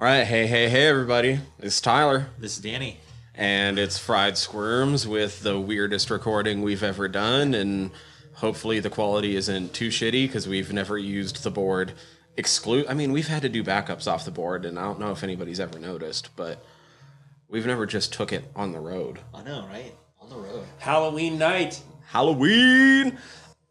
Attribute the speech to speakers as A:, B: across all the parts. A: Yeah, hey, hey, hey, everybody. It's Tyler,
B: This is Danny.
A: and it's Fried Squirms with the weirdest recording we've ever done. And hopefully, the quality isn't too shitty because we've never used the board exclude. I mean, we've had to do backups off the board, and I don't know if anybody's ever noticed, but we've never just took it on the road.
B: I know, right? On the road.
C: Halloween night.
A: Halloween!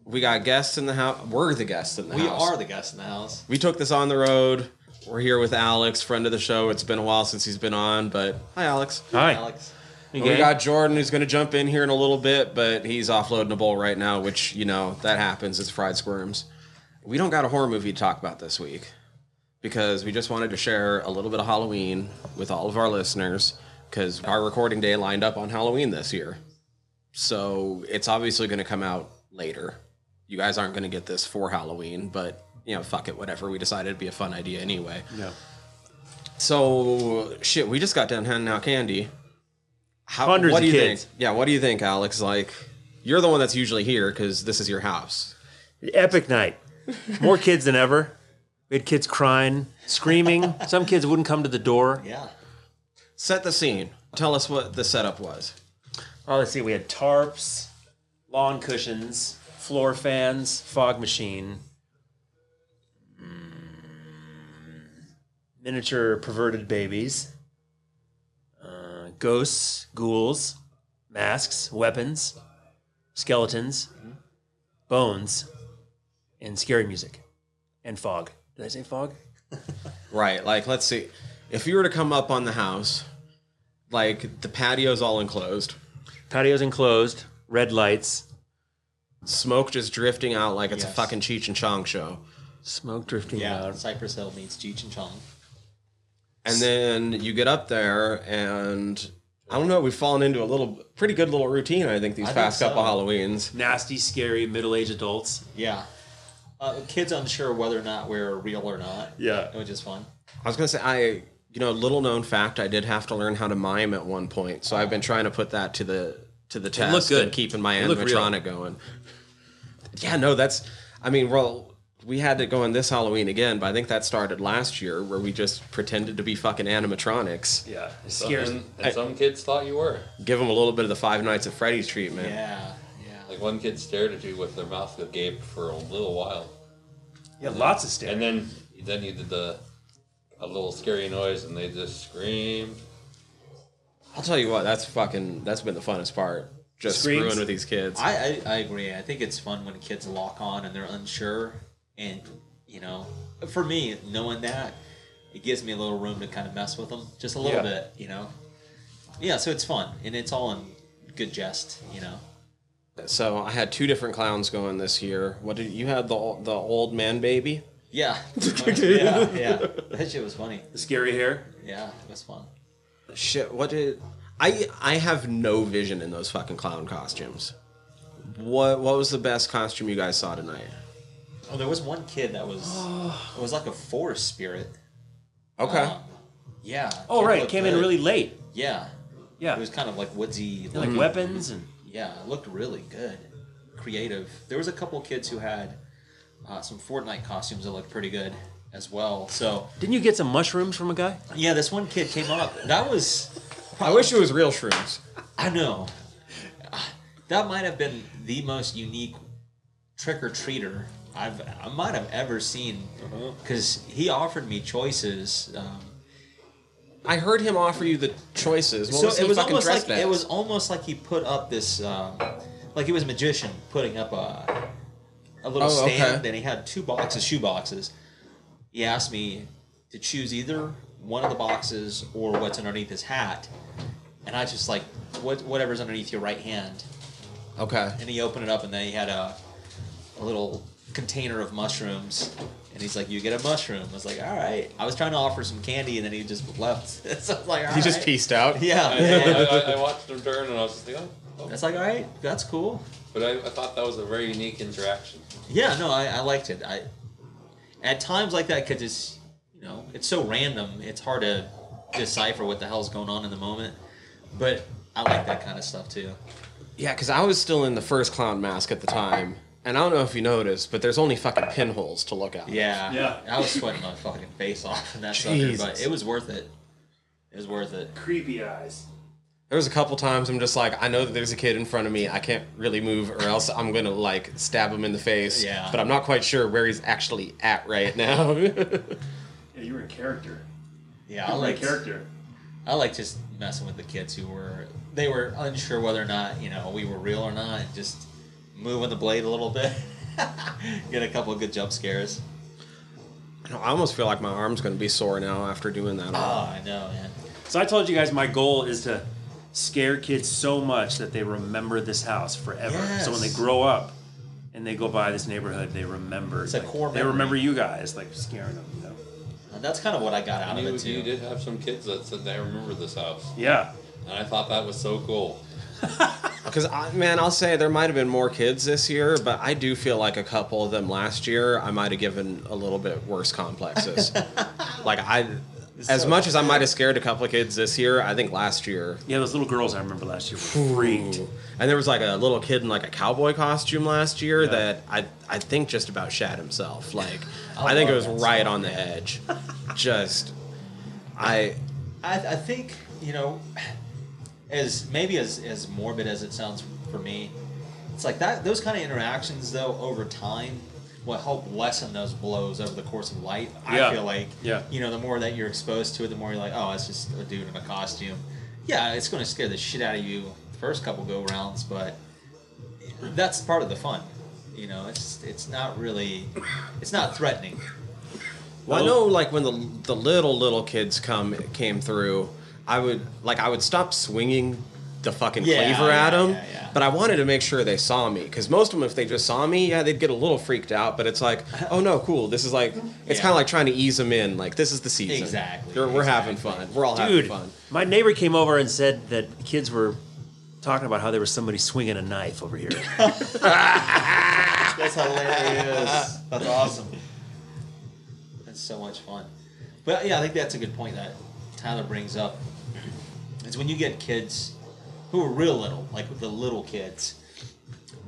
A: We got guests in the house. We're the guests in the
B: We
A: house.
B: are the guests in the house.
A: we took this on the road. We're here with Alex, friend of the show. It's been a while since he's been on, but hi, Alex.
C: Hi.
B: Alex.
A: We got Jordan who's going to jump in here in a little bit, but he's offloading a bowl right now, which, you know, that happens. It's fried squirms. We don't got a horror movie to talk about this week because we just wanted to share a little bit of Halloween with all of our listeners because our recording day lined up on Halloween this year. So it's obviously going to come out later. You guys aren't going to get this for Halloween, but, you know, fuck it, whatever. We decided it'd be a fun idea anyway.
C: Yeah.
A: So shit, we just got done handing out candy. How,
C: Hundreds
A: what
C: of
A: do you
C: kids.
A: Think? Yeah, what do you think, Alex? Like, you're the one that's usually here because this is your house.
C: Epic night. More kids than ever. We had kids crying, screaming. Some kids wouldn't come to the door.
B: Yeah.
A: Set the scene. Tell us what the setup was.
C: Oh, let's see. We had tarps, lawn cushions, floor fans, fog machine, mm, miniature perverted babies, uh, ghosts, ghouls, masks, weapons, skeletons, bones, and scary music, and fog. Did I say fog?
A: Right. Like, let's see. If you were to come up on the house, like the patio's all enclosed,
C: Patios enclosed, red lights,
A: smoke just drifting out like it's a
B: Yes.
A: fucking Cheech and Chong show.
C: smoke drifting
B: Yeah.
C: out.
B: Cypress Hill meets Cheech and Chong.
A: And then you get up there, and I don't know. We've fallen into a little, pretty good little routine. I think these
B: I think
A: past couple
B: so.
A: Halloweens.
C: Nasty, scary middle-aged adults.
B: Yeah. Uh, kids unsure whether or not we're real or not.
C: Yeah.
B: Which is fun.
A: I was gonna say I, you know, little known fact, I did have to learn how to mime at one point, so I've been trying to put that to the to the test.
C: looked good.
A: and keeping my
C: It looked real.
A: animatronic going. Yeah, no, that's. I mean, well, we had to go in this Halloween again, but I think that started last year where we just pretended to be fucking animatronics.
C: Yeah,
D: Some-
C: scares.
D: And, and some kids thought you were.
A: Give them a little bit of the Five Nights at Freddy's treatment.
B: Yeah. Yeah.
D: Like one kid stared at you with their mouth agape for a little while,
C: Yeah, lots of stairs.
D: and then then you did the a little scary noise, and they just screamed.
A: I'll tell you what, that's fucking. That's been the funnest part. Just
C: Screams.
A: screwing with these kids.
B: I, I, I agree. I think it's fun when kids lock on and they're unsure. And, you know, for me, knowing that, it gives me a little room to kind of mess with them just a little
C: Yeah.
B: bit, you know? Yeah. So it's fun. And it's all in good jest, you know?
A: so I had two different clowns going this year. What did you had the ol- the old man baby?
B: Yeah. yeah, yeah. That shit was funny.
C: The scary hair.
B: Yeah, it was fun.
A: Shit, what did I I have no vision in those fucking clown costumes. What what was the best costume you guys saw tonight?
B: Oh, there was one kid that was it was like a forest spirit.
A: Okay.
B: Um, yeah.
C: Oh
B: kid
C: right,
B: looked
C: came in
B: good.
C: really late.
B: Yeah.
C: Yeah,
B: It was kind of like woodsy.
C: like
B: looked-
C: weapons and
B: yeah, it looked really good. Creative. There was a couple kids who had uh, some Fortnite costumes that looked pretty good as well. So
C: didn't you get some mushrooms from a guy?
B: yeah, this one kid came up. That was
A: I wish it was real shrooms.
B: I know. That might have been the most unique trick or treater I've I might have ever seen
A: Uh-huh.
B: because he offered me choices. Um,
A: I heard him offer you the choices. What
B: so
A: was
B: it
A: the
B: was
A: fucking
B: almost
A: dress
B: like
A: bags?
B: it was almost like he put up this um, like he was a magician putting up a a little
A: Oh, okay.
B: stand and he had two boxes shoe boxes. He asked me to choose either one of the boxes or what's underneath his hat, and I just like what whatever's underneath your right hand.
A: okay.
B: and he opened it up and then he had a, a little container of mushrooms and he's like you get a mushroom i was like all right i was trying to offer some candy and then he just left so i was like all
A: He just
B: right.
A: pieced out.
B: yeah,
D: I,
B: yeah.
D: I, I- I watched them turn, and I was just like, oh. oh.
B: that's like all right that's cool
D: But I, I thought that was a very unique interaction.
B: yeah no i, I liked it i at times like that because it's you know it's so random it's hard to decipher what the hell's going on in the moment but i like that kind of stuff too
A: Yeah, because I was still in the first clown mask at the time, And I don't know if you noticed, but there's only fucking pinholes to look at.
B: Yeah.
E: Yeah.
B: I was sweating my fucking face off in that sucker, but
A: Jesus.
B: it was worth it. It was worth it.
E: Creepy eyes.
A: There was a couple times I'm just like, I know that there's a kid in front of me. I can't really move, or else I'm gonna like stab him in the face.
B: Yeah.
A: But I'm not quite sure where he's actually at right now.
E: Yeah, you were in character.
B: Yeah,
E: You
B: I
E: were in
B: like
E: character.
B: I like just messing with the kids who were they were unsure whether or not you know we were real or not, and just moving the blade a little bit, get a couple of good jump scares.
A: I almost feel like my arm's gonna be sore now after doing that.
B: Oh, I know, man.
C: So I told you guys my goal is to scare kids so much that they remember this house forever. So when they
B: Yes.
C: grow up and they go by this neighborhood, they remember.
B: It's a
C: like,
B: core
C: They remember
B: memory.
C: you guys, like scaring them. You know?
B: And Uh, that's kind of what I got out
D: You,
B: of it
D: you
B: too.
D: did have some kids that said they remember this house,
C: Yeah.
D: and I thought that was so cool.
A: Because man, I'll say there might have been more kids this year, but I do feel like a couple of them last year I might have given a little bit worse complexes. like I, as
B: so-
A: much as I might have scared a couple of kids this year, I think last year
C: Yeah, those little girls I remember last year were freaked.
A: Ooh. And there was like a little kid in like a cowboy costume last year
C: Yeah.
A: that I I think just about shat himself. Like
B: I
A: I, think it
B: love
A: was
B: that
A: right
B: song,
A: on the
B: yeah.
A: edge. just I
B: I, I think you know, as maybe as as morbid as it sounds for me, it's like that. Those kind of interactions, though, over time, will help lessen those blows over the course of life.
C: Yeah.
B: I feel like,
C: Yeah.
B: you know, the more that you're exposed to it, the more you're like, oh, it's just a dude in a costume. Yeah, it's going to scare the shit out of you the first couple go rounds, but that's part of the fun. You know, it's it's not really, it's not threatening.
A: Well, I know, like when the the little little kids come came through, I would like I would stop swinging the fucking
B: Yeah,
A: cleaver at
B: yeah,
A: them,
B: yeah, yeah.
A: but I wanted to make sure they saw me because most of them, if they just saw me, yeah, they'd get a little freaked out. But it's like, oh no, cool. This is like, it's
B: Yeah.
A: kind of like trying to ease them in. Like this is the season.
B: Exactly,
A: We're, we're having
B: exactly.
A: fun. We're all
C: Dude,
A: having fun.
C: my neighbor came over and said that the kids were talking about how there was somebody swinging a knife over here.
B: That's hilarious. That's awesome. That's so much fun. But yeah, I think that's a good point that Tyler brings up. Is when you get kids who are real little, like the little kids.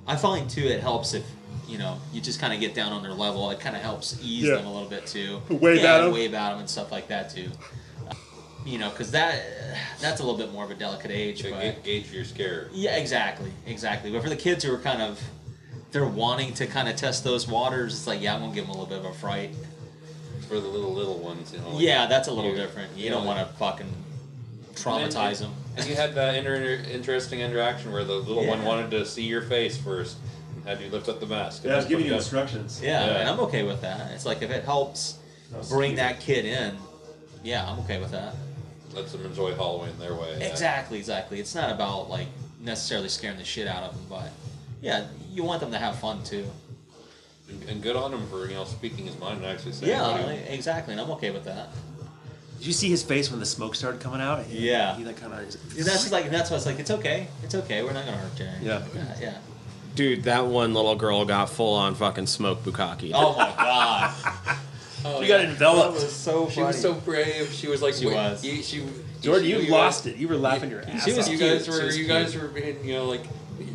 B: I find too it helps if you know you just kind of get down on their level. It kind of helps ease
C: Yeah.
B: them a little bit too.
C: Wave
B: yeah,
C: at 'em.
B: wave at them and stuff like that too. You know, because that that's a little bit more of a delicate age.
D: To
B: but-
D: ga- gauge your scare.
B: yeah, exactly, exactly. But for the kids who are kind of, they're wanting to kind of test those waters. It's like, yeah, I'm gonna give them a little bit of a fright.
D: for the little little ones. You know, like-
B: yeah, that's a little
D: you-
B: different. You
D: you
B: don't
D: know,
B: want to fucking traumatize them.
D: And you had that inter- interesting interaction where the little one
B: Yeah.
D: wanted to see your face first, and had you lift up the mask.
E: Yeah, I was
D: That's
E: giving you
D: pretty good.
E: instructions.
B: Yeah,
D: Yeah.
B: and I'm okay with that. It's like if it helps
E: That was
B: bring
E: cute.
B: that kid in, yeah, I'm okay with that.
D: Lets them enjoy Halloween their way. yeah.
B: Exactly, exactly. It's not about like necessarily scaring the shit out of them, but yeah, you want them to have fun too.
D: And, and good on him for you know speaking his mind and actually saying.
B: Yeah,
D: what he-
B: exactly, and I'm okay with that.
C: Did you see his face when the smoke started coming out? He-
B: Yeah.
C: He like kind of.
B: That's just like that's why it's like it's okay, it's okay. We're not gonna hurt you.
C: Yeah.
B: yeah. yeah.
A: Dude, that one little girl got full on fucking smoke bukkake.
B: Oh my god.
D: Oh,
C: You got
D: yeah.
C: enveloped.
B: so
D: She was so brave. She was like,
B: She
D: wait,
B: was.
D: You, she,
C: Jordan, you,
D: guys-
C: lost it. You were laughing your ass
B: She was
C: off.
D: You
B: cute.
D: guys
B: She
D: were
B: was
D: you
B: cute.
D: guys were being you know like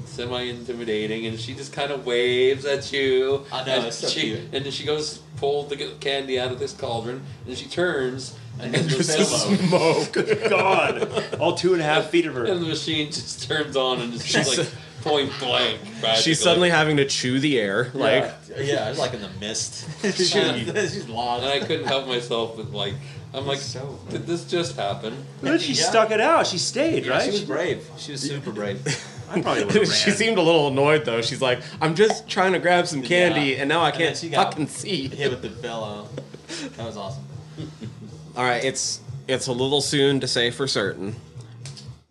D: semi intimidating, and she just kind of waves at you.
B: I know,
D: and
B: it's so
D: she,
B: cute.
D: And then she goes to pull the g- candy out of this cauldron, and she turns, and then the
B: Just
D: machine-
B: slow.
C: Good God. All two and a half feet of her.
D: and the machine just turns on and just is like point blank. practically.
A: She's suddenly having to chew the air. Like
B: yeah, it's like in the mist.
D: She-
B: She's lost.
D: and I couldn't help myself with like I'm like,
B: so
D: did this just happen?
C: But she
B: Yeah.
C: stuck it out. She stayed,
B: Yeah,
C: right?
B: She was brave. She was super brave.
C: I probably would have
A: she
C: ran.
A: seemed a little annoyed though. She's like, I'm just trying to grab some candy
B: Yeah.
A: and now I
B: And then
A: can't
B: she got-
A: fucking see.
B: Hit with the bellow. That was awesome.
A: All right, it's it's a little soon to say for certain.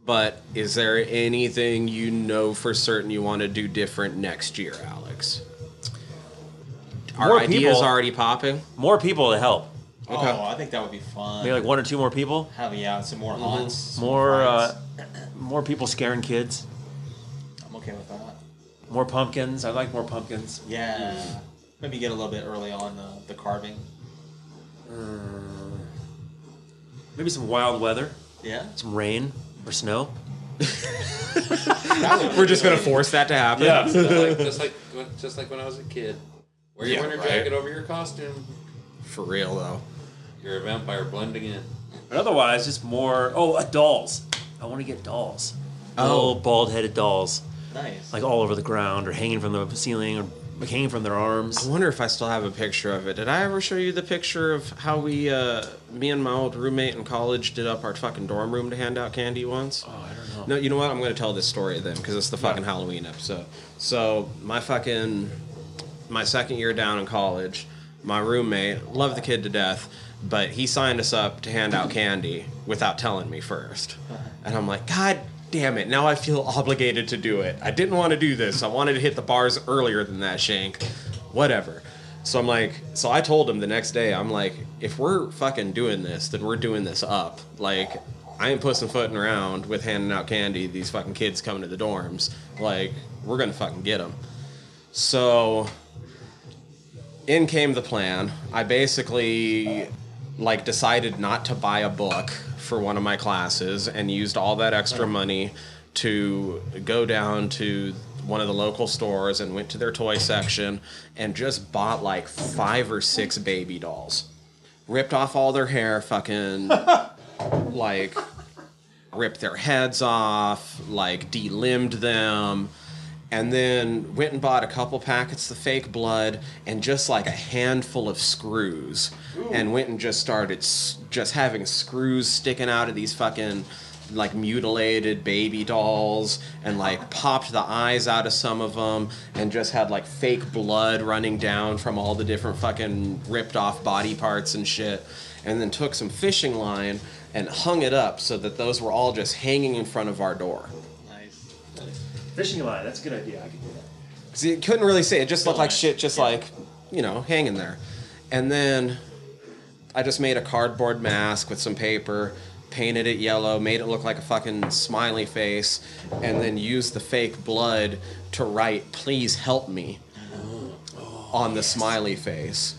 A: But is there anything you know for certain you want to do different next year, Alex? Our
C: More
A: ideas
C: people.
A: already popping.
C: More people to help.
A: Okay.
B: Oh, I think that would be fun.
C: Maybe like one or two more people.
B: Have yeah, some more haunts. some
C: More uh,
B: fights.
C: more people scaring kids.
B: I'm okay with that.
C: More pumpkins. I like more pumpkins.
B: Yeah. Maybe get a little bit early on the, the carving.
C: Maybe some wild weather.
B: Yeah.
C: Some rain or snow.
A: We're just gonna force that to happen.
D: That's like, that's like what just like when I was a kid. Wear your
A: Yeah,
D: winter
A: right.
D: jacket over your costume.
A: For real though.
D: You're a vampire blending in.
C: But otherwise, just more. Oh, uh, dolls. I want to get dolls.
A: Oh.
C: Oh, bald headed dolls.
B: Nice.
C: Like all over the ground or hanging from the ceiling or like hanging from their
A: I
C: arms.
A: wonder if I still have a picture of it. Did I ever show you the picture of how we, uh, me and my old roommate in college, did up our fucking dorm room to hand out candy once?
C: Oh, I don't know.
A: No, you know what? I'm going to tell this story then because it's the fucking Halloween episode. So my fucking my second year down in college, my roommate loved the kid to death, but he signed us up to hand out candy without telling me first, and I'm like, God damn it! Now I feel obligated to do it. I didn't want to do this. I wanted to hit the bars earlier than that, Shank. Whatever. So I'm like, so I told him the next day, I'm like, if we're fucking doing this, then we're doing this up. Like, I ain't pussing footing around with handing out candy to these fucking kids coming to the dorms. Like, we're gonna fucking get them. So, in came the plan. I basically, like, decided not to buy a book for one of my classes and used all that extra money to go down to one of the local stores and went to their toy section and just bought like five or six baby dolls. Ripped off all their hair, fucking like ripped their heads off, like delimbed them, and then went and bought a couple packets of fake blood and just like a handful of screws, and went and just started s- just having screws sticking out of these fucking like mutilated baby dolls and like popped the eyes out of some of them and just had like fake blood running down from all the different fucking ripped off body parts and shit and then took some fishing line and hung it up so that those were all just hanging in front of our door.
B: nice.
E: Fishing line. That's a good idea. I can do that.
A: Because you couldn't really see it. It just looked like
B: Fishing
A: shit, just like, you know, hanging there. And then I just made a cardboard mask with some paper, painted it yellow, made it look like a fucking smiley face, and then used the fake blood to write, please help me on the smiley face.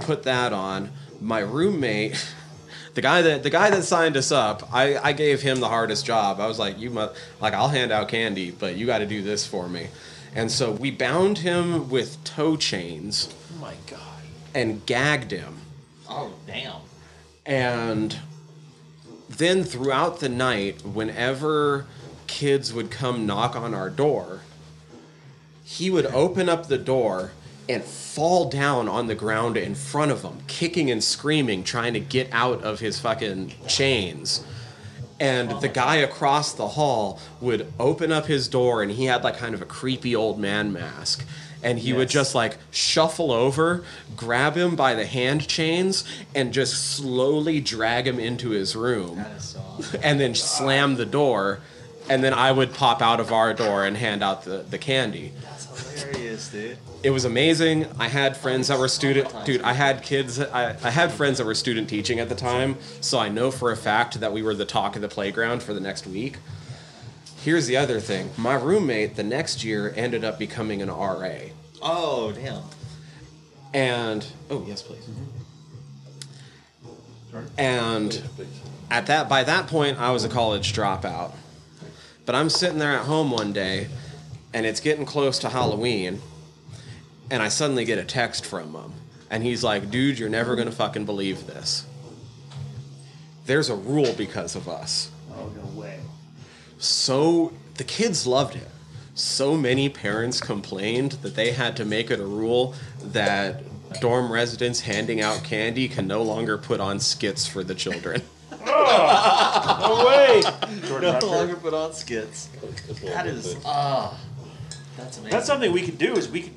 A: Put that on. My roommate, the guy that the guy that signed us up, I, I gave him the hardest job. I was like, you must like I'll hand out candy, but you got to do this for me. And so we bound him with toe chains
C: Oh my God.
A: and gagged him.
B: Oh damn.
A: And then throughout the night, whenever kids would come knock on our door, he would open up the door and fall down on the ground in front of them, kicking and screaming, trying to get out of his fucking chains. And the guy across the hall would open up his door, and he had like kind of a creepy old man mask. And he would
C: Yes.
A: just like shuffle over, grab him by the hand chains, and just slowly drag him into his room
B: That is so awesome.
A: and then slam the door, and then I would pop out of our door and hand out the, the candy.
B: That's hilarious, dude.
A: It was amazing. I had friends that were student dude. I had kids. I, I had friends that were student teaching at the time, so I know for a fact that we were the talk of the playground for the next week. Here's the other thing. My roommate the next year ended up becoming an RA.
B: Oh damn.
A: And oh yes, please.
E: Sorry.
A: And
D: Please.
A: at that by that point I was a college dropout. But I'm sitting there at home one day and it's getting close to Halloween and I suddenly get a text from him and he's like, "Dude, you're never going to fucking believe this. There's a rule because of us."
E: Oh no way.
A: so the kids loved it. So many parents complained that they had to make it a rule that dorm residents handing out candy can no longer put on skits for the children.
C: No way.
E: Jordan
B: No
E: Rutger.
B: longer put on skits. That is ah. that's amazing.
E: That's something we could do. Is we could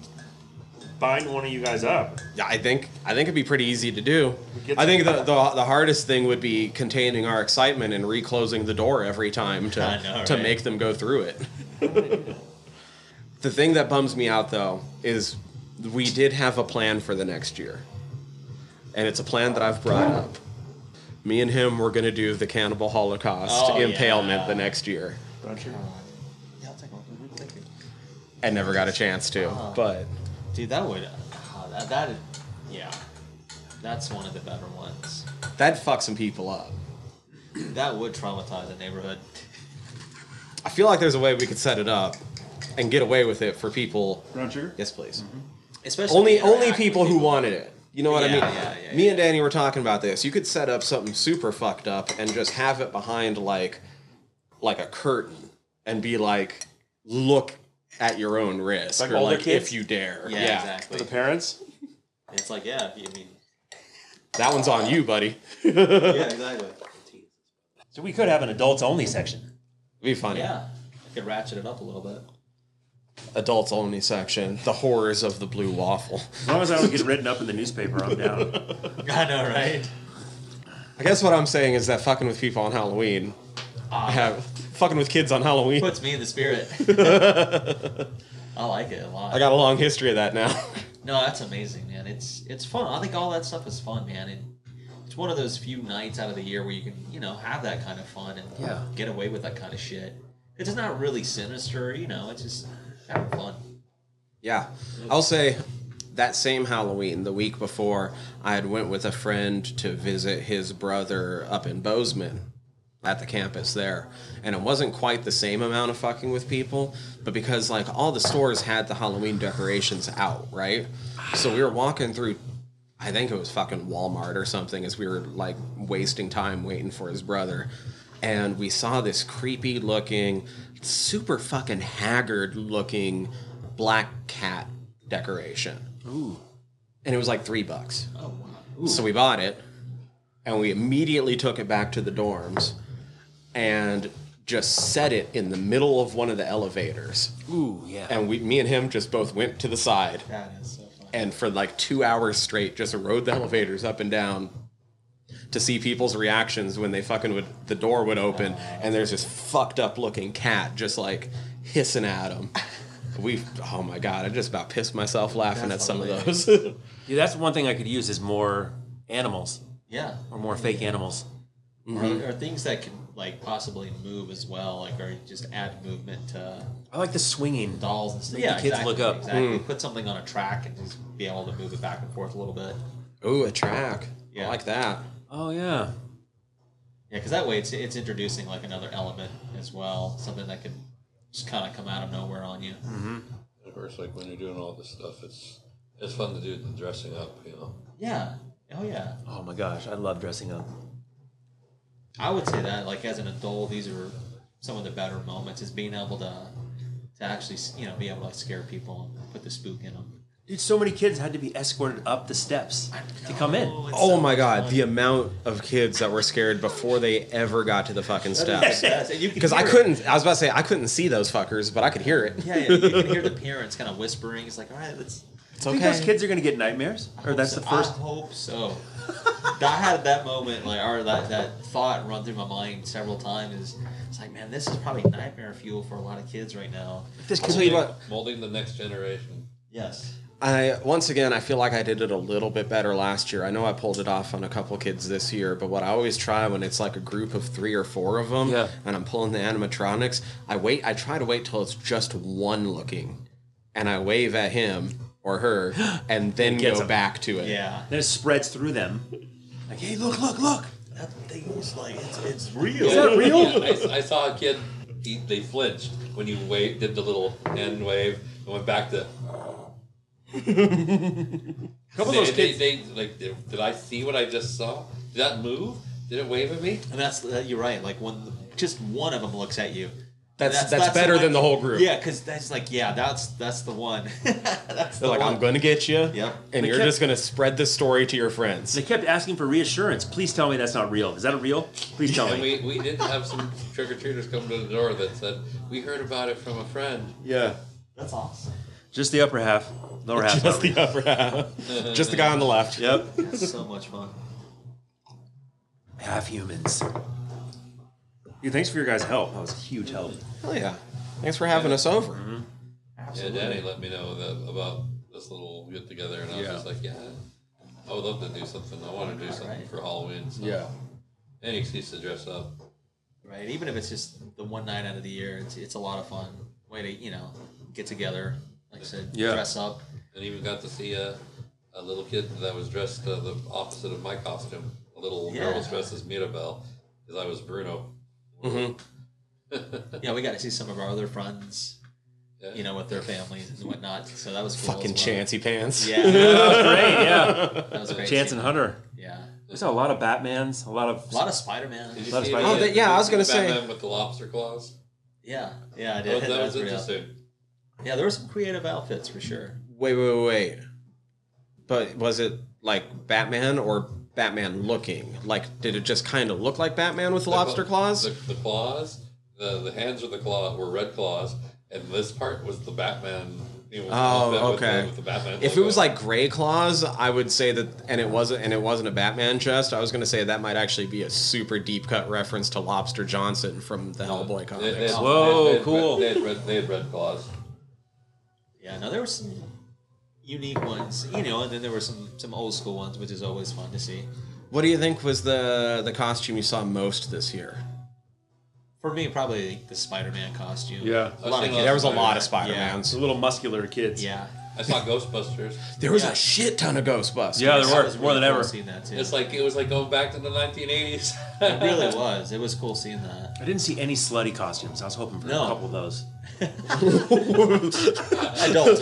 E: bind one of you guys up.
A: Yeah, I think I think it'd be pretty easy to do.
E: Get
A: I think the, the the hardest thing would be containing our excitement and reclosing the door every time to
B: I know,
A: to
B: right?
A: make them go through it. the thing that bums me out though is we did have a plan for the next year. And it's a plan that I've brought up. Me and him were gonna do the cannibal holocaust
B: Oh,
A: impalement
B: yeah.
A: the next year.
E: Roger.
B: Yeah, I'll take one. Thank you.
A: And never got a chance to.
B: Uh-huh.
A: But
B: Dude, that would. ah, that, that is, yeah. That's one of the better ones.
A: that fucked some people up.
B: That would traumatize a neighborhood.
A: I feel like there's a way we could set it up and get away with it for people.
E: Brown sugar?
A: Yes, please.
E: Mm-hmm.
B: Especially
A: Only
B: if you
A: only
B: interact
A: people
B: with
A: who wanted it. You know what I
B: Yeah,
A: mean?
B: yeah, yeah,
A: Me and Danny were talking about this. You could set up something super fucked up and just have it behind like like a curtain and be like, look at your own risk
E: Like
A: or
E: older
A: like
E: kids?
A: if you dare.
B: Yeah, exactly.
E: The parents?
B: It's like yeah, you mean
A: That one's on you, buddy.
B: yeah, exactly.
C: So we could have an adults only section.
A: Be funny.
B: Yeah, I could ratchet it up a little bit.
A: Adults only section. The horrors of the blue waffle.
C: As long as I don't get written up in the newspaper, I'm down.
B: I know, right?
A: I guess what I'm saying is that fucking with people on Halloween, I have fucking with kids on Halloween.
B: Puts me in the spirit. I like it a lot.
A: I got a long history of that now.
B: No, that's amazing, man. It's it's fun. I think all that stuff is fun, man. And it's one of those few nights out of the year where you can, you know, have that kind of fun and
C: Yeah.
B: get away with that kind of shit. It's not really sinister, you know. It's just having fun.
A: Yeah, I'll say that same Halloween, the week before, I had went with a friend to visit his brother up in Bozeman at the campus there, and it wasn't quite the same amount of fucking with people, but because like all the stores had the Halloween decorations out, right? So we were walking through. I think it was fucking Walmart or something as we were like wasting time waiting for his brother. And we saw this creepy looking, super fucking haggard looking black cat decoration. Ooh. And it was like three bucks.
B: Oh wow.
A: So we bought it and we immediately took it back to the dorms and just set it in the middle of one of the elevators.
C: Ooh, yeah.
A: And we me and him just both went to the side
B: That is so fun.
A: and for like two hours straight just rode the elevators up and down to see people's reactions when they fucking would the door would open and there's this fucked up looking cat just like hissing at them we oh my god i just about pissed myself laughing
B: That's
A: at some
B: hilarious.
A: of those
C: Yeah, that's one thing I could use is more animals
B: Yeah.
C: or more fake animals. Mm-hmm.
B: Or, or things that can like possibly move as well, like or just add movement to
C: I like the swinging.
B: dolls and stuff.
C: Make the kids look up. Mm.
B: Exactly. Put something on a track and just be able to move it back and forth a little bit.
A: ooh a track i
B: Yeah.
A: like that
C: Oh yeah.
B: Yeah, because that way it's it's introducing like another element as well, something that could just kind of come out of nowhere on you.
A: Mm-hmm.
D: Of course, like when you're doing all this stuff, it's it's fun to do the dressing up, you know.
B: Yeah. Oh yeah.
C: Oh my gosh, I love dressing up.
B: I would say that like as an adult, these are some of the better moments is being able to to actually you know be able to like, scare people and put the spook in them.
C: Dude, so many kids had to be escorted up the steps to come in.
A: oh my god the amount of kids that were scared before they ever got to the fucking steps because
B: Because
A: i couldn't i was about to say i couldn't see those fuckers but i could hear it
B: Yeah, yeah, you can hear the parents kind of whispering. It's like, all right, let's.
A: it's
C: I think
A: okay
C: those kids are gonna get nightmares, or that's the first.
B: I hope so. I had that moment, like, or that, that thought run through my mind several times. Is it's like, man, this is probably nightmare fuel for a lot of kids right now.
C: This
A: I'll tell you what,
D: Molding the next generation.
B: Yes.
A: I once again I feel like I did it a little bit better last year. I know I pulled it off on a couple kids this year, but what I always try when it's like a group of 3 or 4 of them
C: Yeah.
A: and I'm pulling the animatronics, I wait I try to wait till it's just one looking and I wave at him or her and then
C: gets
A: go
C: him.
A: back to it.
B: Yeah.
C: Then it spreads through them. Like, hey, look, look, look.
B: That thing was like, it's, it's real.
C: that real?
D: I, I saw a kid. He, they flinched when you wave, did the little hand wave and went back to.
C: A couple
D: they,
C: of those
D: they-
C: kids.
D: They, like, did did I see what I just saw? Did that move? Did it wave at me?
B: And that's that, you're right. Like when just one of them looks at you.
A: That's that's, better
B: one-
A: than the whole group.
B: Yeah, because that's like, yeah, that's that's the one. that's the
A: They're like
B: one.
A: I'm going to get you.
B: Yep.
A: And
C: They
A: you're
C: kept-
A: just going to spread the story to your friends.
C: they kept asking for reassurance. Please tell me that's not real. Is that real? Please tell
D: And
C: me.
D: we, we did have some trick or treaters come to the door that said, We heard about it from a friend.
C: Yeah.
B: That's awesome.
C: Just the upper half, lower half.
A: just
C: not
A: the
C: real.
A: upper half. just the guy on the left.
C: Yep.
B: That's so much fun.
C: Half humans. Dude, thanks for your guys' help. That was a huge help.
A: Hell yeah. Thanks for having us over.
D: Yeah, Danny let me know that, about this little get together, and I was
C: Yeah.
D: just like, Yeah, I would love to do something. I want to do something
B: Alright.
D: for Halloween. So Any excuse to dress up.
B: Right. Even if it's just the one night out of the year, it's, it's a lot of fun. Way to, you know, get together. Like I said,
C: Yeah.
B: dress up.
D: And even got to see a, a little kid that was dressed uh, the opposite of my costume. A little girl was
B: Yeah.
D: dressed as Mirabelle, because I was Bruno.
B: Yeah, we got to see some of our other friends you know, with their families and whatnot. So that was cool
A: Fucking
B: as well.
A: chancy pants.
B: Yeah,
C: Great, yeah.
B: that was great.
C: Chance and Hunter.
B: yeah,
C: We saw a lot of Batmans, a lot of.
B: a lot of Spider Man.
D: Did you
C: That's
D: see
C: fine.
D: the-
C: Oh,
A: that-
D: did
A: yeah,
D: you
A: I was
D: see
A: gonna
D: the
A: say-
D: Batman with the lobster claws.
B: Yeah, yeah, I
D: Oh, That
B: did.
D: was, that was
B: pretty awesome.
D: interesting.
B: Yeah, there were some creative outfits for sure.
A: Wait, wait, wait, wait. But was it like Batman or Batman looking? Like, did it just kind of look like Batman with lobster
D: the,
A: claws?
D: The, the claws, the, the hands of the claw were red claws, and this part was the Batman. It was the
A: Oh,
D: outfit with the-
A: okay.
D: With the Batman
A: If it
D: logo.
A: was like gray claws, I would say that, and it wasn't, and it wasn't a Batman chest. I was gonna say that might actually be a super deep cut reference to Lobster Johnson from the Hellboy
D: They- they had-
A: comics.
D: they had-
C: Whoa,
D: they had red-
C: cool.
D: They had red, they had red claws.
B: Yeah, no, there were some unique ones, you know, and then there were some some old school ones, which is always fun to see.
A: What do you think was the the costume you saw most this year?
B: For me, probably the Spider Man costume. a
C: Yeah.
B: lot of
D: I've seen
B: kids.
A: There was a lot of Spider
B: Spider-Man.
A: Mans.
C: little muscular kids.
B: yeah,
D: I saw Ghostbusters.
A: There was
B: Yeah.
A: a shit ton of Ghostbusters.
C: Yeah, there
B: That
C: were
B: was
C: more
B: really
C: than
B: cool
C: ever.
B: Seeing that too.
D: It's like it was like going back to the 1980s.
B: it really was. It was cool seeing that.
C: I didn't see any slutty costumes. I was hoping for
B: No.
C: a couple of those.
B: Adults,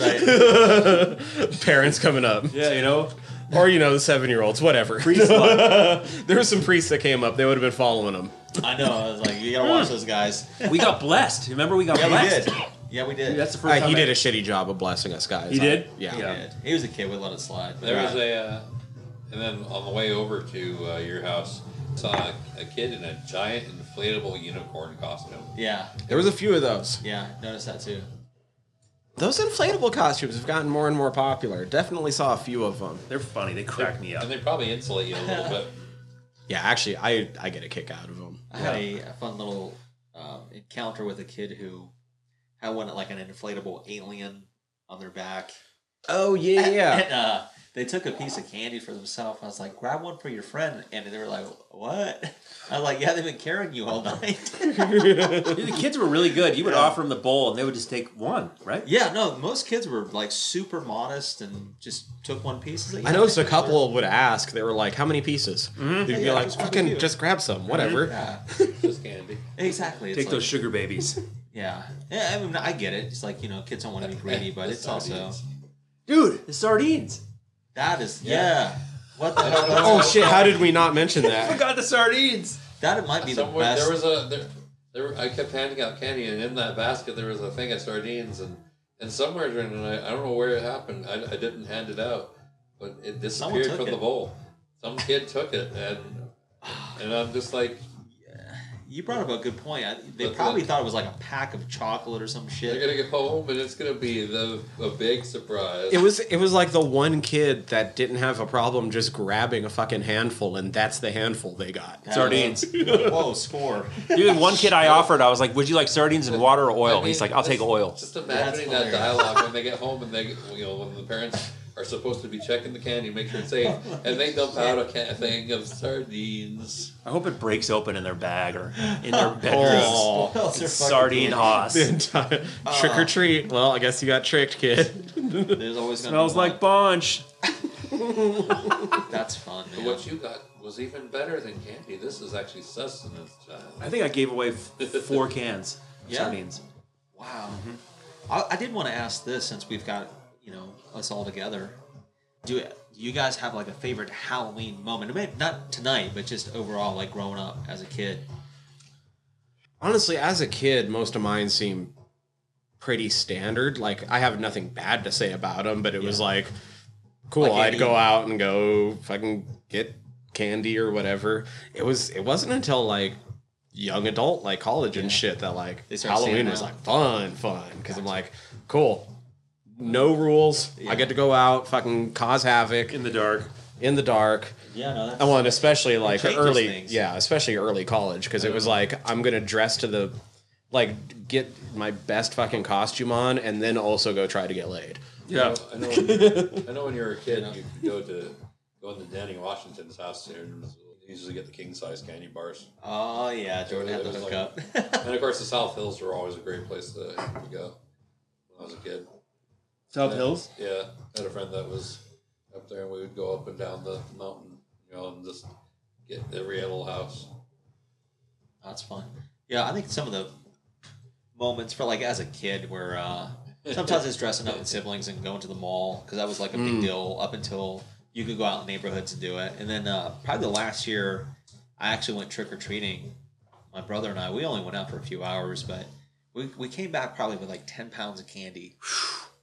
B: right?
A: Parents coming up.
C: Yeah, you know,
A: Or, you know, the seven year olds, whatever.
C: pre-slut.
A: There were some priests that came up. They would have been following them.
B: I know. I was like, you gotta watch those guys.
C: we got blessed. Remember, we got
B: Yeah, we
C: blessed.
B: did. Yeah, we did.
C: Dude, that's the first
A: Uh,
C: time
A: he
C: I-
A: did a shitty job of blessing us guys.
C: He
A: I-
C: did?
A: yeah.
B: He did. He was a kid. We let it slide. but-
D: There was a, uh, and then on the way over to uh, your house, saw a, a kid in a giant inflatable unicorn costume.
B: Yeah,
A: There was a few of those.
B: yeah. Noticed that too.
A: Those inflatable costumes have gotten more and more popular. Definitely saw a few of them.
C: They're funny. They crack me up.
D: And they probably insulate you a little bit.
A: Yeah, actually, I I get a kick out of them.
B: I had a, a fun little um, encounter with a kid who had one like an inflatable alien on their back.
A: Oh yeah,
B: And, uh, they took a piece of candy for themselves. I was like, grab one for your friend. And they were like, what? I was like, yeah, they've been carrying you all night.
C: Dude, the kids were really good. You would offer them the bowl, and they would just take one, right?
B: yeah, no, most kids were like super modest and just took one piece. Like,
A: I noticed a couple would ask. They were like, "How many pieces?" They'd be
B: Yeah,
A: like,
B: just grab a
A: "Fucking
B: few."
A: just grab some, whatever."
B: Yeah,
D: Just candy.
B: exactly. It's
C: Take those
B: like-
C: sugar babies,
B: yeah. yeah, I mean, I get it. It's like, you know, kids don't want to be greedy, but
D: The
B: it's also.
D: sardines.
C: dude. The sardines.
B: That is, yeah.
D: Yeah.
B: What the
A: Oh shit! How did we not mention
C: I
A: that?
C: got the sardines.
B: That might be the
D: Somewhere there
B: best.
D: was a there, there. I kept handing out candy, and in that basket there was a thing of sardines, and and somewhere during the night, I don't know where it happened. I, I didn't hand it out, but it disappeared
B: took
D: from
B: it.
D: the bowl. Some kid took it, and and I'm just like,
B: you brought up a good point. I, they
D: But
B: probably
D: the-
B: thought it was like a pack of chocolate or some
D: they're
B: shit.
D: gonna get home, and it's gonna be the a big surprise.
A: It was it was like the one kid that didn't have a problem just grabbing a fucking handful, and that's the handful they got.
C: Sardines.
B: Whoa, score.
C: Dude, one kid I offered, I was like, "Would you like sardines and water or
D: I
C: oil?"
D: mean,
C: He's like, "I'll take
D: that's-
C: oil."
D: Just imagining
B: That's
D: that dialogue when they get home and they, you know, when the parents are supposed to be checking the candy, make sure it's safe, and they dump out a ca- thing of sardines.
C: I hope it breaks open in their bag or in their bedroom.
A: Oh,
B: Those are fucking
C: Sardine
B: good.
C: Haas.
A: the entire trick or treat. Well, I guess you got tricked, kid.
B: There's always gonna
C: Smells
B: be one.
C: like bunch.
B: that's fun. Man.
D: What you got was even better than candy. This is actually sustenance, child.
C: I think I gave away f- four cans of
B: Yeah.
C: sardines.
B: Wow. I, I did want to ask this since we've got you know us all together. Do you guys have like a favorite Halloween moment? Maybe not tonight, but just overall, like growing up as a kid.
A: Honestly, as a kid, most of mine seem pretty standard. Like I have nothing bad to say about them, but it was like cool.
B: Like
A: I'd
B: any-
A: go out and go fucking get candy or whatever. It was. It wasn't until like young adult, like college and shit, that like
B: They start seeing
A: Halloween
B: it
A: was
B: now.
A: like fun, fun. Because I'm like, cool. No rules. I get to go out, fucking cause havoc
C: the dark.
A: in the dark.
B: Yeah, no, that's
A: Oh, Well, and especially like
B: changes
A: early,
B: things. Oh.
A: yeah, especially early college because it was like I'm gonna dress to the, like get my best fucking costume on and then also go try to get laid.
C: Yeah.
D: I know. When you're, I know when you were a kid, you could go to go into Danny Washington's house and usually get the king size candy bars.
B: oh yeah, Jordan had
D: It
B: the
D: was like-
B: hookup.
D: And of course, the South Hills were always a great place to, to go when I was a kid.
C: South
D: Yeah.
C: Hills.
D: Yeah, I had a friend that was up there, and we would go up and down the mountain, you know, and just get every little house.
B: That's fun. Yeah, I think some of the moments for like as a kid where uh Sometimes it's dressing up with siblings and going to the mall because that was like a big deal up until you could go out in neighborhoods and do it. And then uh, probably the last year, I actually went trick or treating. My brother and I, we only went out for a few hours, but we, we came back probably with like 10 pounds of candy.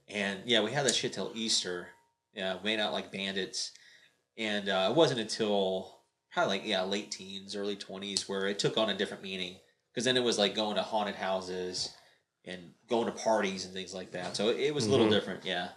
B: And yeah, we had that shit till Easter. Yeah, made out like bandits. And uh, it wasn't until probably like, yeah, late teens, early 20s where it took on a different meaning. Because then it was like going to haunted houses and going to parties and things like that. So it, it was a
A: Mm-hmm.
B: little different. Yeah.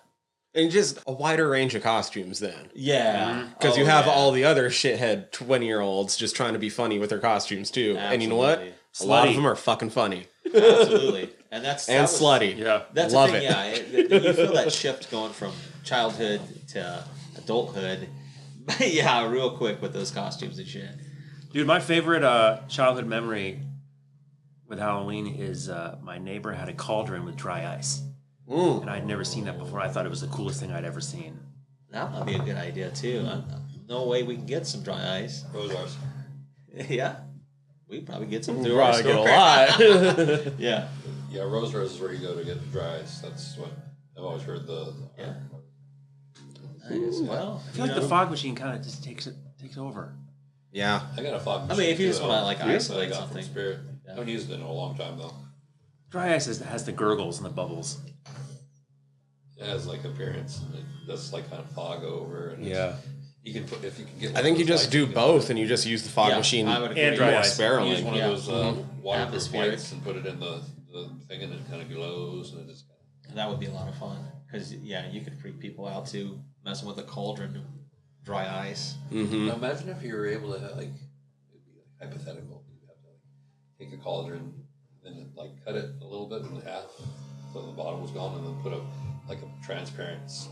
A: and just a wider range of costumes then.
B: Oh, Yeah.
A: Because Mm-hmm. you have all the other shithead 20 year olds just trying to be funny with their costumes too. And you know what? A lot
C: Slutty.
A: of them are fucking funny
B: Absolutely. And that's
A: and
B: that was-
A: slutty.
C: Yeah.
B: That's
A: Love
B: the thing,
A: it.
B: yeah. It- it- you feel that shift going from childhood to adulthood. yeah, real quick with those costumes and shit.
C: Dude, my favorite uh, childhood memory with Halloween is uh, my neighbor had a cauldron with dry ice.
A: Mm.
C: And I'd never seen that before. I thought it was the coolest thing I'd ever seen.
B: That might be a good idea too. Uh, No way we can get some dry ice.
D: Those are
B: yeah. We probably get some
A: You
B: through our
A: probably get a
B: store.
A: lot.
B: Yeah.
D: yeah. Rose Rose is where you go to get the dry ice. That's what I've always heard. The, the
B: Yeah. Nice. Well,
C: I feel like the fog machine kind of just takes it takes over.
A: yeah.
D: I got a
B: I
D: fog.
B: mean,
D: machine,
B: if you just
D: too,
B: wanna, like,
D: that I
B: isolate
D: got from
B: something.
D: Spirit.
B: Yeah.
D: I haven't used it in a long time though.
C: Dry ice is, has the gurgles and the bubbles.
D: It has like appearance. And it, that's like kind of fog over. And it's- you can put if you can get.
A: I think you just do both and you just use the fog
B: Yeah,
A: machine
B: I would agree.
C: And dry
A: more
C: ice.
D: Use
A: sparingly.
D: one
B: Yeah. Mm-hmm.
D: of those uh, waterproof
B: Atmospheric.
D: lights and put it in the, the thing, and it kind of glows, and it just.
B: That would be a lot of fun because yeah, you could freak people out too, messing with a cauldron, dry ice.
A: hmm
D: Now imagine if you were able to like, it'd be like hypothetical. You have to like, take a cauldron, and then like cut it a little bit in half, so the bottom was gone, and then put a like a transparent s-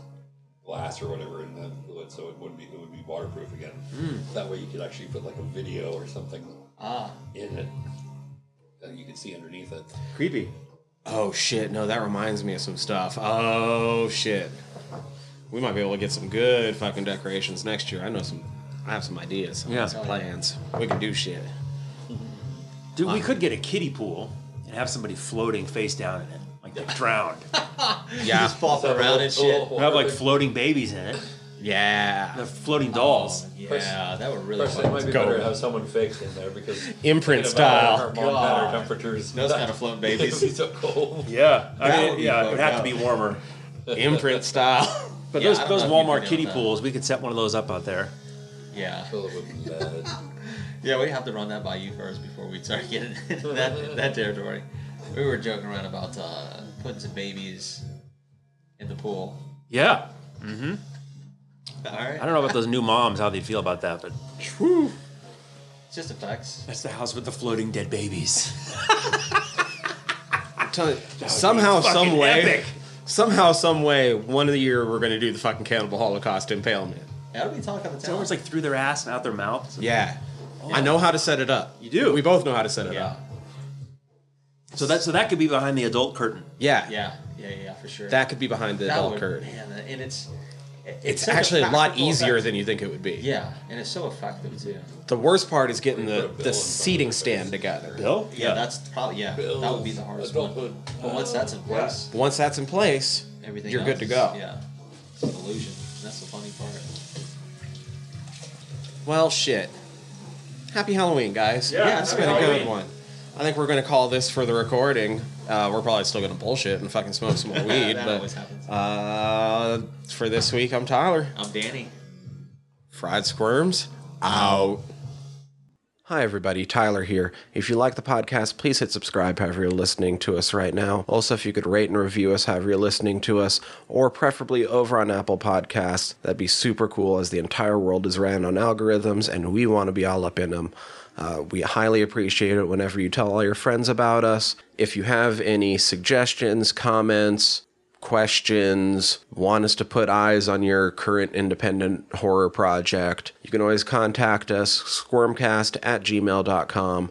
D: glass or whatever in the fluid, so it wouldn't be it would be waterproof again. That way you could actually put like a video or something
B: Ah,
D: in it that you could see underneath it.
A: Creepy. Oh shit! No, that reminds me of some stuff. Oh shit! We might be able to get some good fucking decorations next year. I know some. I have some ideas. Some
C: Yeah.
A: some plans. We can do shit.
C: Dude, we could get a kiddie pool and have somebody floating face down in it. Like they drowned.
A: Yeah.
B: flop around
D: oh,
B: and shit.
C: have like floating babies in it.
A: Yeah.
C: They're floating dolls.
B: Yeah, that would really.
D: Personally, it
B: Fun.
D: might be
A: Go.
D: better to have someone faked in there because
A: Imprint
D: thinking about
A: style.
D: it, Our mom had
B: God.
D: our temperatures.
B: Those kind of floating
D: It'd be
B: babies.
D: so cold.
C: Yeah. I
B: That
C: mean,
B: would be
C: yeah, it would
B: fucked
C: have to
B: up.
C: be warmer.
A: Imprint style.
C: But
B: Yeah, I
C: those,
B: don't
C: those
B: know if you could
C: Walmart
B: do
C: kiddie
B: that.
C: pools, we could set one of those up out there.
B: Yeah,
D: Well, it would be bad.
B: yeah, we have to run that by you first before we start getting into that that territory. We were joking around about uh, putting some babies in the pool.
C: Yeah.
B: All
C: I
B: right,
C: don't know about those new moms, how they feel about that, but
B: it's just effects.
C: that's the house with the floating dead babies.
A: I'm telling you, somehow,
C: fucking
A: some way,
C: epic.
A: somehow, some way, one of the year we're gonna do the fucking cannibal holocaust impalement.
B: That'll be talking about
C: It's almost like through their ass and out their mouth.
A: Yeah. I know how to set it up. You
C: do?
A: We both know how to set it
B: yeah,
A: up.
C: So that so that could be behind the adult curtain.
A: Yeah.
B: yeah, yeah, yeah, for sure.
A: That could be behind the
B: That
A: adult
B: would-
A: curtain.
B: Man, and it's it's,
A: It's
B: such
A: actually a lot
B: practical
A: easier
B: effect.
A: than you think it would be.
B: yeah, and it's so effective too.
A: The worst part is getting
D: Put a
A: the,
D: bill in
A: the
D: front
A: seating
D: of the
A: stand
D: face.
A: together.
C: Bill?
B: Yeah, that's probably yeah. that would be the hardest
D: Adulthood.
B: one. But once that's in place,
A: Once that's in place,
B: everything
A: you're
B: else
A: good to
B: is-
A: go.
B: Yeah, it's an illusion. and That's the funny part.
A: Well, shit. Happy Halloween, guys.
C: Yeah,
A: it's
C: happy
A: been a good
C: Halloween.
A: one. I think we're going to call this for the recording. Uh, we're probably still going to bullshit and fucking smoke some more weed.
B: that always
A: but
B: happens.
A: uh, for this week, I'm Tyler.
B: I'm Danny.
A: Fried Squirms out. Hi, everybody. Tyler here. If you like the podcast, please hit subscribe however you're listening to us right now. Also, if you could rate and review us however you're listening to us, or preferably over on Apple Podcasts, that'd be super cool as the entire world is ran on algorithms and we want to be all up in them. Uh, we highly appreciate it whenever you tell all your friends about us. If you have any suggestions, comments, questions, want us to put eyes on your current independent horror project, you can always contact us, squirmcast at gmail.com,